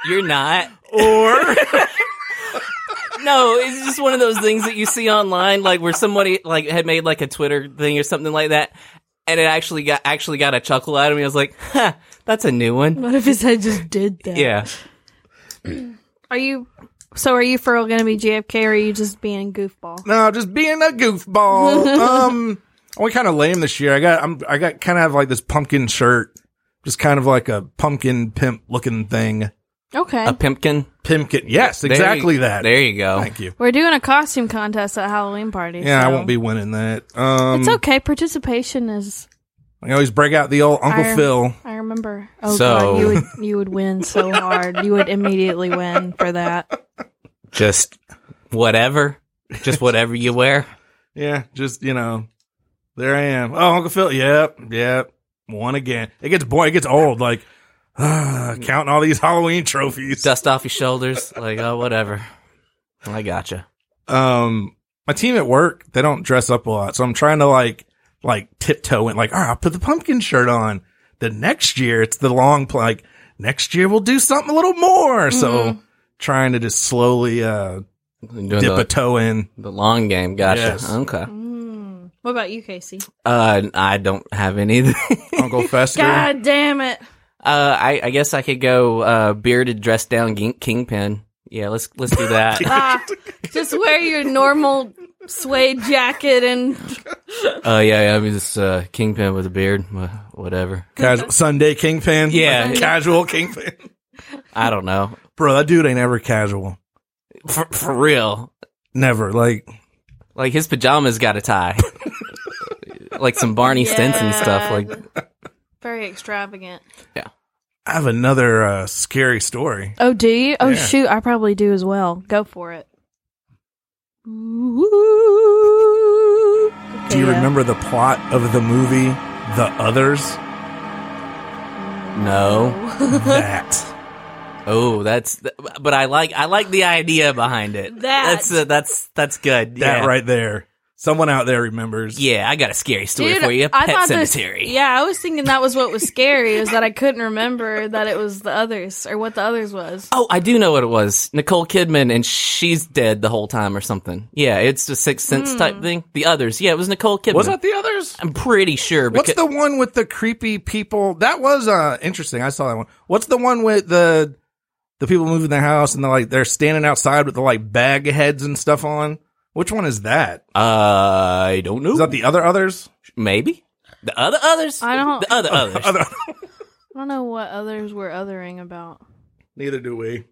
Speaker 3: You're not.
Speaker 1: Or
Speaker 3: don't know. It's just one of those things that you see online, like where somebody like had made like a Twitter thing or something like that, and it actually got actually got a chuckle out of me. I was like, huh, that's a new one.
Speaker 2: What if his head just did that?
Speaker 3: Yeah.
Speaker 2: Are you? So are you Furl gonna be JFK or are you just being a goofball?
Speaker 1: No, just being a goofball. um, I went kind of lame this year. I got I'm, I got kind of like this pumpkin shirt, just kind of like a pumpkin pimp looking thing.
Speaker 2: Okay.
Speaker 3: A pimpkin.
Speaker 1: Pimpkin, yes,
Speaker 3: There you-
Speaker 1: exactly that.
Speaker 3: There you go.
Speaker 1: Thank you.
Speaker 2: We're doing a costume contest at Halloween party.
Speaker 1: Yeah, I
Speaker 2: so-
Speaker 1: won't be winning that. Um,
Speaker 2: It's okay. Participation is.
Speaker 1: I always break out the old Uncle
Speaker 2: Iron-
Speaker 1: Phil.
Speaker 2: I remember. Oh
Speaker 3: So-
Speaker 2: god, you would you would win so hard. You would immediately win for that.
Speaker 3: Just whatever. Just whatever you wear.
Speaker 1: Yeah, just you know, there I am. Oh, Uncle Phil. Yep, yep. One again. It gets boy. It gets old. Like ah, counting all these Halloween trophies.
Speaker 3: Dust off your shoulders. Like, oh, whatever. I gotcha.
Speaker 1: um my team at work they don't dress up a lot so i'm trying to like like tiptoe and like all right i'll put the pumpkin shirt on the next year it's the long pl- like next year we'll do something a little more so trying to just slowly uh
Speaker 3: Doing
Speaker 1: dip a
Speaker 3: the,
Speaker 1: toe in
Speaker 3: the long game. Gotcha.
Speaker 1: Yes.
Speaker 3: Okay.
Speaker 2: Mm. What about you, Casey?
Speaker 3: Uh, I don't have anything.
Speaker 1: uncle fester
Speaker 2: God damn it!
Speaker 3: Uh, I, I guess I could go uh, bearded, dressed down ging- kingpin. Yeah, let's let's do that.
Speaker 2: Ah, just wear your normal suede jacket and
Speaker 3: uh, yeah, yeah, I'm just uh, kingpin with a beard, Wha- whatever.
Speaker 1: Casual, sunday kingpin
Speaker 3: Yeah.
Speaker 1: Like, casual kingpin
Speaker 3: I don't know.
Speaker 1: bro that dude ain't ever casual
Speaker 3: For, for real,
Speaker 1: never like
Speaker 3: like his pajamas got a tie, like some Barney Stinson stuff. Like,
Speaker 2: very extravagant.
Speaker 1: i have another uh scary story
Speaker 2: Oh, do you? Oh,
Speaker 1: Yeah.
Speaker 2: shoot! I probably do as well. Go for it.
Speaker 1: do you
Speaker 2: Yeah.
Speaker 1: remember the plot of the movie the others
Speaker 3: no,
Speaker 1: that
Speaker 3: oh, that's. th- But I like I like the idea behind it.
Speaker 2: That.
Speaker 3: that's uh, that's that's good.
Speaker 1: That
Speaker 3: yeah.
Speaker 1: right there. Someone out there remembers.
Speaker 3: Yeah, I got a scary story
Speaker 2: Dude,
Speaker 3: for you.
Speaker 2: I
Speaker 3: Pet
Speaker 2: thought this-
Speaker 3: cemetery.
Speaker 2: yeah, I was thinking that was what was scary is that I couldn't remember that it was the others or what the others was.
Speaker 3: Oh, I do know what it was. Nicole Kidman, and she's dead the whole time or something. Yeah, it's the Sixth
Speaker 2: Hmm.
Speaker 3: Sense type thing. The others. Yeah, it was Nicole Kidman.
Speaker 1: Was that the others?
Speaker 3: I'm pretty sure.
Speaker 1: What's
Speaker 3: Because,
Speaker 1: the one with the creepy people? That was uh interesting. I saw that one. What's the one with the the people moving their house and they're like they're standing outside with the like bag heads and stuff on? Which one is that?
Speaker 3: I don't know.
Speaker 1: Is that the other others?
Speaker 3: Maybe? The other others?
Speaker 2: I don't-
Speaker 3: The other others.
Speaker 1: Other-
Speaker 2: I don't know what others were othering about.
Speaker 1: Neither do we.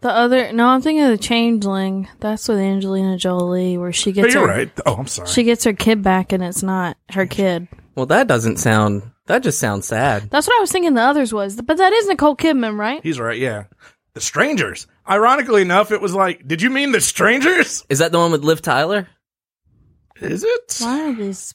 Speaker 2: The other no, I'm thinking of the changeling. That's with Angelina Jolie where she
Speaker 1: But
Speaker 2: gets
Speaker 1: you're
Speaker 2: her
Speaker 1: right. Oh, I'm sorry.
Speaker 2: she gets her kid back and it's not her kid.
Speaker 3: well, that doesn't sound. That just sounds sad.
Speaker 2: That's what I was thinking the others was. But that is Nicole Kidman, right?
Speaker 1: He's right. Yeah, the strangers. Ironically enough, it was like, did you mean the strangers?
Speaker 3: Is that the one with Liv Tyler?
Speaker 1: Is it
Speaker 2: Why are these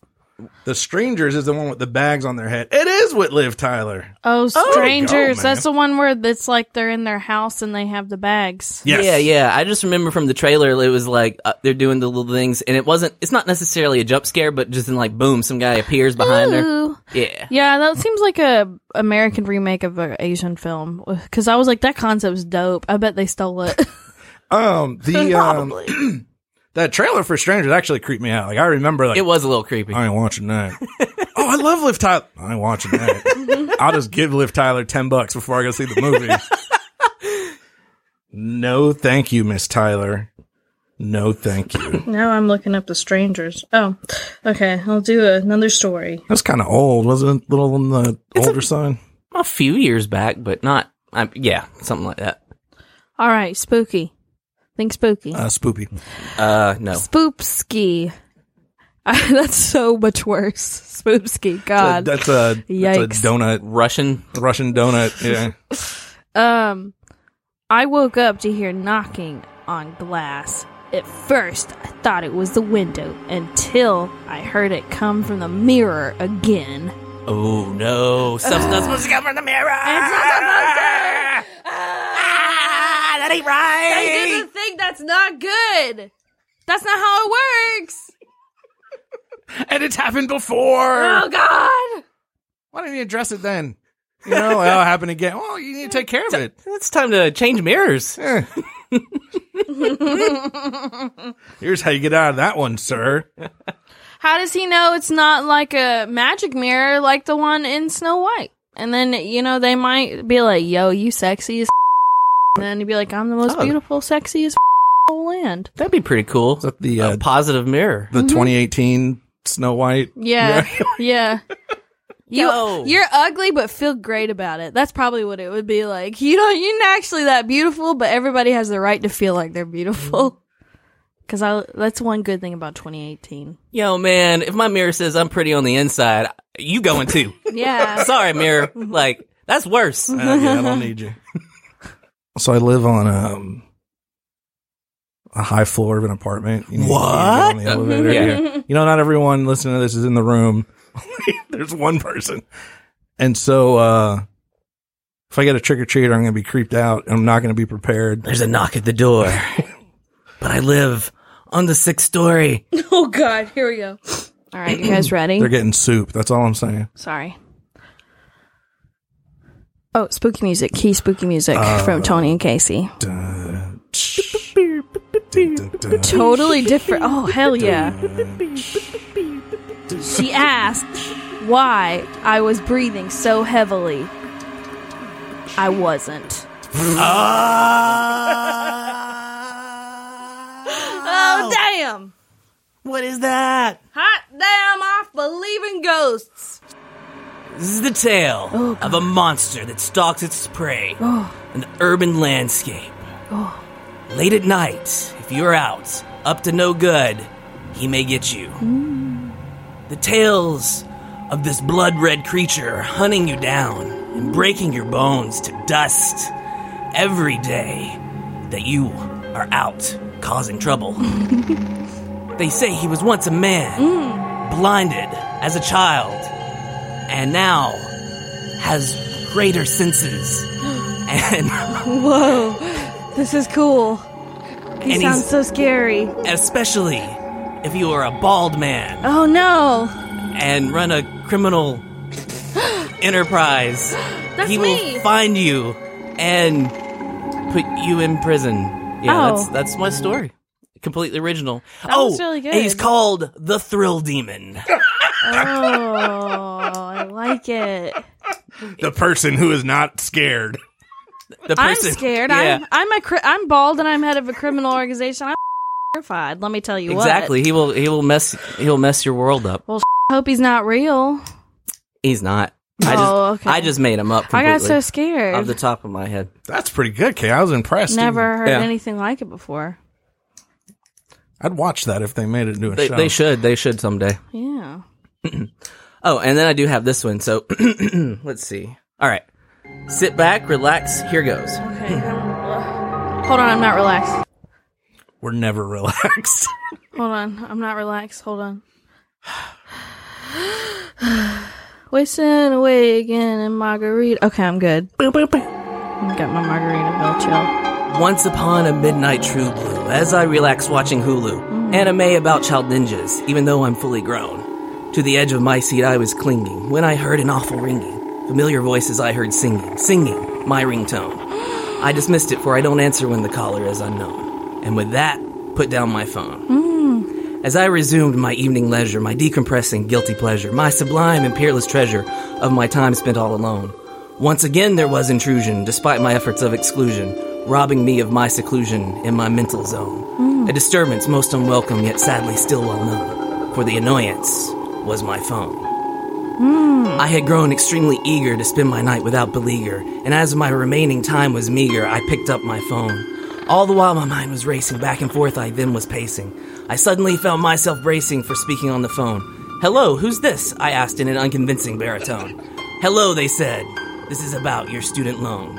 Speaker 1: the strangers? Is the one with the bags on their head? It is with Liv Tyler.
Speaker 2: Oh,
Speaker 1: go,
Speaker 2: strangers.
Speaker 1: man.
Speaker 2: That's the one where it's like they're in their house and they have the bags.
Speaker 1: Yes.
Speaker 3: Yeah, yeah. I just remember from the trailer, it was like uh, they're doing the little things, and it wasn't. It's not necessarily a jump scare, but just in like boom, some guy appears behind her.
Speaker 2: Ooh.
Speaker 3: Yeah.
Speaker 2: Yeah, that seems like a American remake of an Asian film. Because I was like, that concept's dope. I bet they stole it.
Speaker 1: Um, the um, that trailer for Strangers actually creeped me out. Like I remember, like
Speaker 3: It was a little creepy.
Speaker 1: I ain't watching that. oh, I love Liv Tyler. I ain't watching
Speaker 3: Mm-hmm.
Speaker 1: that. I'll just give Liv Tyler ten bucks before I go see the movie. no, thank you, Miss Tyler. No, thank you.
Speaker 2: now I'm looking up the strangers. Oh, okay. I'll do another story.
Speaker 1: That's kind of old, wasn't it? Little on the older side.
Speaker 3: a few years back, but not. I, yeah, something like that.
Speaker 2: All right, spooky. Think spooky.
Speaker 1: Uh, spoopy.
Speaker 3: Uh, no.
Speaker 2: Spoopski. That's so much worse. Spoopski. God.
Speaker 1: that's a
Speaker 2: Uh, Yikes.
Speaker 1: that's a donut,
Speaker 3: Russian.
Speaker 1: Russian donut. Yeah.
Speaker 2: Um, I woke up to hear knocking on glass. At first, I thought it was the window until I heard it come from the mirror again.
Speaker 3: Oh no! Stuff's not supposed to come from the mirror.
Speaker 2: not
Speaker 3: Ah, that ain't right.
Speaker 2: thing that's not good. That's not how it works.
Speaker 1: and it's happened before.
Speaker 2: God.
Speaker 1: Why didn't you address it then? You know, like, oh, it happened again. Well, you need to take care of it.
Speaker 3: It's time to change mirrors.
Speaker 1: Eh. Here's how you get out of that one, sir.
Speaker 2: How does he know it's not like a magic mirror like the one in Snow White? And then, you know, they might be like, yo, you sexy as And then he'd be like, I'm the most
Speaker 3: Oh.
Speaker 2: beautiful, sexy as whole land.
Speaker 3: That'd be pretty cool.
Speaker 1: Is that the uh,
Speaker 2: Oh.
Speaker 3: a positive mirror.
Speaker 1: the 2018 Snow White?
Speaker 2: Mm-hmm. Yeah. Yeah. You,
Speaker 3: Yo.
Speaker 2: You're ugly, but feel great about it. That's probably what it would be like. You know, you're not actually that beautiful, but everybody has the right to feel like they're beautiful. Because I, that's one good thing about 2018.
Speaker 3: Yo, man, if my mirror says I'm pretty on the inside, you going too.
Speaker 2: Yeah.
Speaker 3: Sorry, mirror. Like, that's worse.
Speaker 1: Uh, yeah, I don't need you. So I live on um, a high floor of an apartment. You need- you
Speaker 3: What?
Speaker 1: need to get on the elevator.
Speaker 3: Yeah.
Speaker 1: You know, not everyone listening to this is in the room. There's one person. And so uh, if I get a trick or treater, I'm going to be creeped out. and I'm not going to be prepared.
Speaker 3: There's a knock at the door. but I live on the sixth story.
Speaker 2: oh, God. Here we go. All right. You guys ready?
Speaker 1: They're getting soup. That's all I'm saying.
Speaker 2: Sorry. Oh, spooky music. Key spooky music from Tony and Casey.
Speaker 1: Dun, dun, dun.
Speaker 2: Totally different. Oh, hell yeah. She asked why I was breathing so heavily. I wasn't. Oh, damn!
Speaker 3: what is that?
Speaker 2: Hot damn off believing ghosts. Oh,
Speaker 3: This is the tale of a monster that stalks its prey in the urban landscape.
Speaker 2: Oh.
Speaker 3: Late at night, if you're out, up to no good, he may get you.
Speaker 2: Hmm.
Speaker 3: The tales of this blood red creature are hunting you down and breaking your bones to dust every day that you are out causing trouble. they say he was once a man, blinded as a child and now has greater senses. And,
Speaker 2: Whoa, this is cool. He
Speaker 3: And
Speaker 2: sounds
Speaker 3: he's-
Speaker 2: so scary.
Speaker 3: and especially if you are a bald man
Speaker 2: Oh no,
Speaker 3: and run a criminal enterprise,
Speaker 2: that's
Speaker 3: he
Speaker 2: me.
Speaker 3: will find you and put you in prison. Yeah,
Speaker 2: Oh.
Speaker 3: that's that's my story. Completely original. oh,
Speaker 2: was really good.
Speaker 3: and he's called the Thrill Demon.
Speaker 2: oh, I like it.
Speaker 1: The person who is not scared.
Speaker 3: The
Speaker 2: I'm
Speaker 3: person-
Speaker 2: scared.
Speaker 3: Yeah,
Speaker 2: I'm I'm a cri- I'm bald and I'm head of a criminal organization. I'm terrified. Let me tell you
Speaker 3: exactly. He will. He will mess. He'll mess your world up.
Speaker 2: what. I hope he's not real.
Speaker 3: He's not. I just,
Speaker 2: Oh, okay.
Speaker 3: I just made him up.
Speaker 2: I
Speaker 3: Completely.
Speaker 2: got so scared.
Speaker 3: off the top of my head.
Speaker 1: That's pretty good, Kay. I was impressed.
Speaker 2: Never heard
Speaker 3: Yeah.
Speaker 2: anything like it before.
Speaker 1: I'd watch that if they made it into a
Speaker 3: They,
Speaker 1: show.
Speaker 3: they should. They should someday.
Speaker 2: Yeah.
Speaker 3: Oh, and then I do have this one. So let's see. All right. Sit back, relax. Here goes.
Speaker 2: Okay. I'm- Hold on. I'm not relaxed.
Speaker 1: We're never relaxed.
Speaker 2: Hold on. I'm not relaxed. Hold on. Wasting away again in margarita. Okay, I'm good. I've got my margarita bill chill.
Speaker 3: Once upon a midnight true blue, as I relax watching Hulu, anime about child ninjas, even though I'm fully grown. To the edge of my seat I was clinging when I heard an awful ringing. Familiar voices I heard singing, singing my ringtone. I dismissed it for I don't answer when the caller is unknown. And with that, put down my phone. As I resumed my evening leisure, my decompressing guilty pleasure, my sublime and peerless treasure of my time spent all alone. Once again there was intrusion, despite my efforts of exclusion, robbing me of my seclusion in my mental zone. A disturbance most unwelcome, yet sadly still well known, for the annoyance was my phone. I had grown extremely eager to spend my night without Beleaguer, and as my remaining time was meager, I picked up my phone. All the while my mind was racing back and forth, I then was pacing. I suddenly found myself bracing for speaking on the phone. Hello, who's this? I asked in an unconvincing baritone. Hello, they said. This is about your student loan.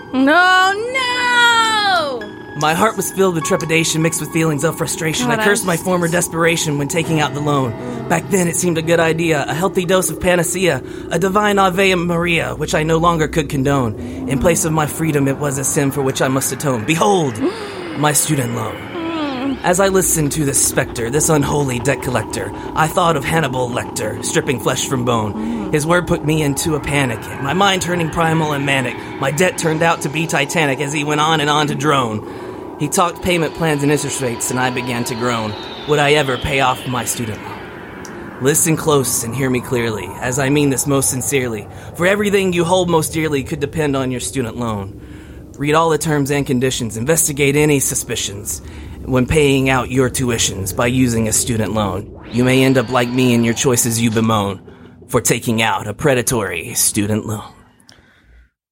Speaker 2: No, Oh no.
Speaker 3: My heart was filled with trepidation mixed with feelings of frustration.
Speaker 2: God,
Speaker 3: I
Speaker 2: I
Speaker 3: cursed my
Speaker 2: just-
Speaker 3: former desperation when taking out the loan. Back then, it seemed a good idea, a healthy dose of panacea, a divine Ave Maria, which I no longer could condone. In place of my freedom, it was a sin for which I must atone. Behold, my student loan. As I listened to this specter, this unholy debt collector, I thought of Hannibal Lecter, stripping flesh from bone. His word put me into a panic, my mind turning primal and manic. My debt turned out to be titanic as he went on and on to drone. He talked payment plans and interest rates, and I began to groan. Would I ever pay off my student loan? Listen close and hear me clearly, as I mean this most sincerely, for everything you hold most dearly could depend on your student loan. Read all the terms and conditions, investigate any suspicions when paying out your tuitions by using a student loan. You may end up like me in your choices you bemoan for taking out a predatory student loan.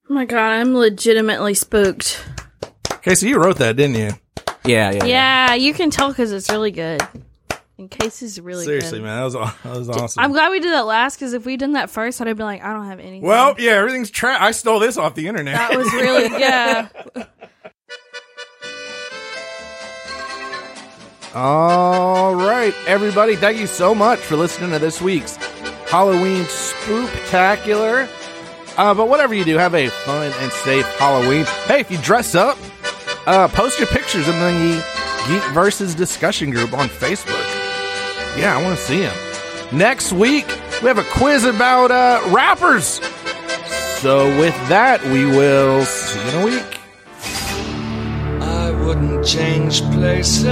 Speaker 2: Oh my god, I'm legitimately spooked.
Speaker 1: Okay, so you wrote that, didn't you?
Speaker 3: Yeah, yeah.
Speaker 2: Yeah, you can tell because it's really good. And Casey's really
Speaker 1: Seriously,
Speaker 2: good.
Speaker 1: man, that was aw- that was awesome.
Speaker 2: I'm glad we did that last because if we'd done that first, I'd have been like, I don't have anything.
Speaker 1: well, yeah, everything's trash. I stole this off the internet.
Speaker 2: that was really yeah.
Speaker 1: All right, everybody, thank you so much for listening to this week's Halloween Spooktacular. Uh, but whatever you do, have a fun and safe Halloween. Hey, if you dress up, uh, post your pictures in the Geek Versus discussion group on Facebook. Yeah, I want to see them. Next week, we have a quiz about uh, rappers. So, with that, we will see you in a week.
Speaker 4: I wouldn't change places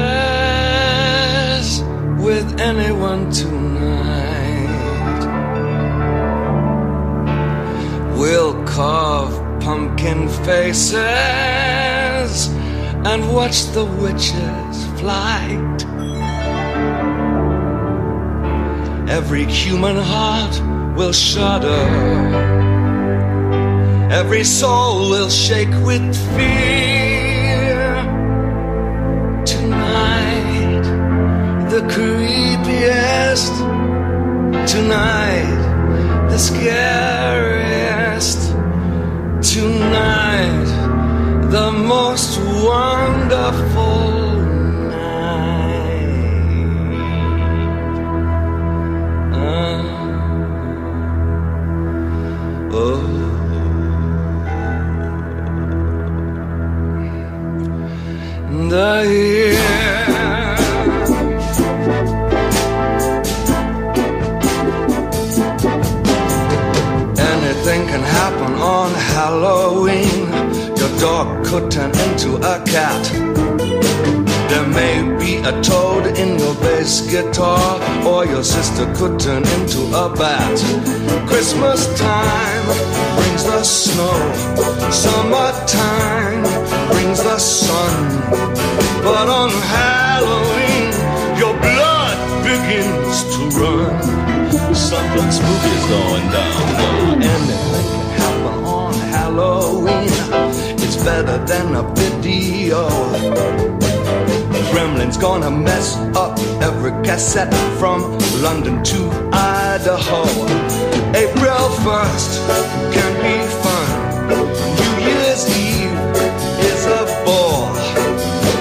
Speaker 4: with anyone tonight. We'll carve pumpkin faces and watch the witches' flight. Every human heart will shudder. Every soul will shake with fear. Tonight, the creepiest. Tonight, the scariest. Tonight, the most wonderful night. Ah. oh. And I hear Anything can happen on Halloween. Your dog could turn into a cat. There may be a toad in your bass guitar, or your sister could turn into a bat. Christmas time brings the snow, summertime brings the sun. But on Halloween, your blood begins to run. Something spooky's going down. Anything can happen on Halloween. It's better than a video. Gremlin's gonna mess up every cassette from London to Idaho. April 1st can be fun. New Year's Eve is a bore.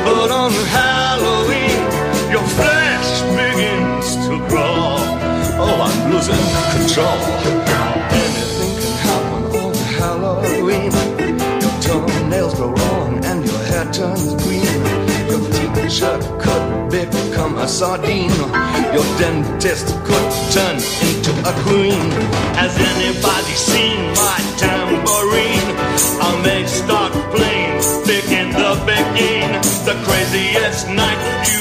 Speaker 4: But on Halloween, your flesh begins to crawl. Oh, I'm losing control. Anything can happen on Halloween. Your toenails grow long and your hair turns green. Your teacher could become a sardine. Your dentist could turn into a queen. Has anybody seen my tambourine? I'll make stock plain, thick in the begin. The craziest night you